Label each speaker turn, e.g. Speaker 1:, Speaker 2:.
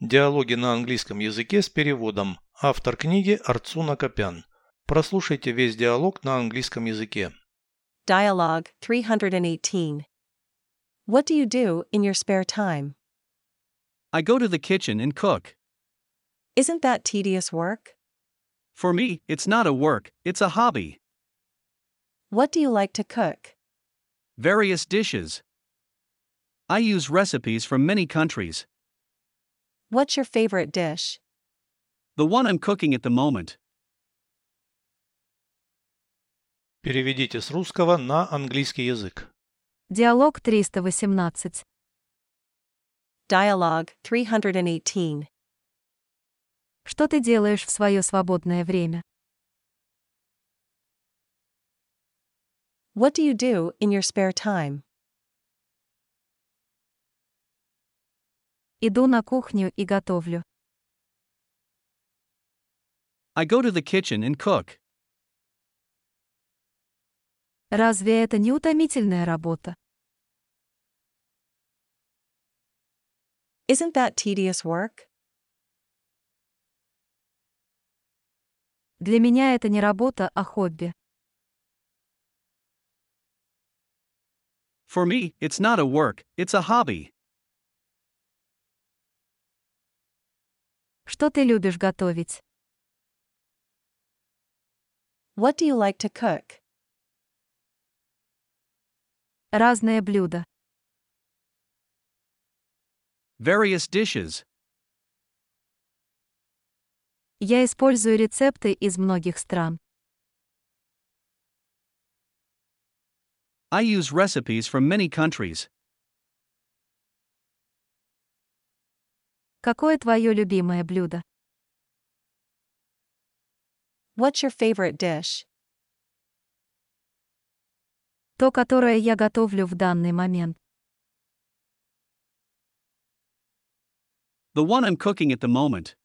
Speaker 1: Диалоги на английском языке с переводом. Автор книги Арцуна Копян. Прослушайте весь диалог на английском языке.
Speaker 2: Dialogue 318. What do you do in your spare time?
Speaker 3: I go to the kitchen and cook.
Speaker 2: Isn't that tedious work?
Speaker 3: For me, it's not a work, it's a hobby.
Speaker 2: What do you like to cook?
Speaker 3: Various dishes. I use recipes from many countries.
Speaker 2: What's your favorite dish?
Speaker 3: The one I'm cooking at the moment.
Speaker 1: Переведите с русского на английский язык.
Speaker 4: Диалог 318.
Speaker 2: Dialogue 318.
Speaker 4: Что ты делаешь в свое свободное время?
Speaker 2: What do you do in your spare time?
Speaker 4: Иду на кухню и готовлю.
Speaker 3: I go to the kitchen and cook.
Speaker 4: Разве это не утомительная работа?
Speaker 2: Isn't that tedious work?
Speaker 4: Для меня это не работа, а хобби.
Speaker 3: For me, it's not a work, it's a hobby.
Speaker 4: Что ты любишь готовить?
Speaker 2: What do you like to cook?
Speaker 4: Разные блюда.
Speaker 3: Various dishes.
Speaker 4: Я использую рецепты из многих стран.
Speaker 3: I use recipes from many countries.
Speaker 4: Какое твое любимое блюдо?
Speaker 2: What's your favorite dish?
Speaker 4: То, которое я готовлю в данный момент.
Speaker 3: The one I'm cooking at the moment.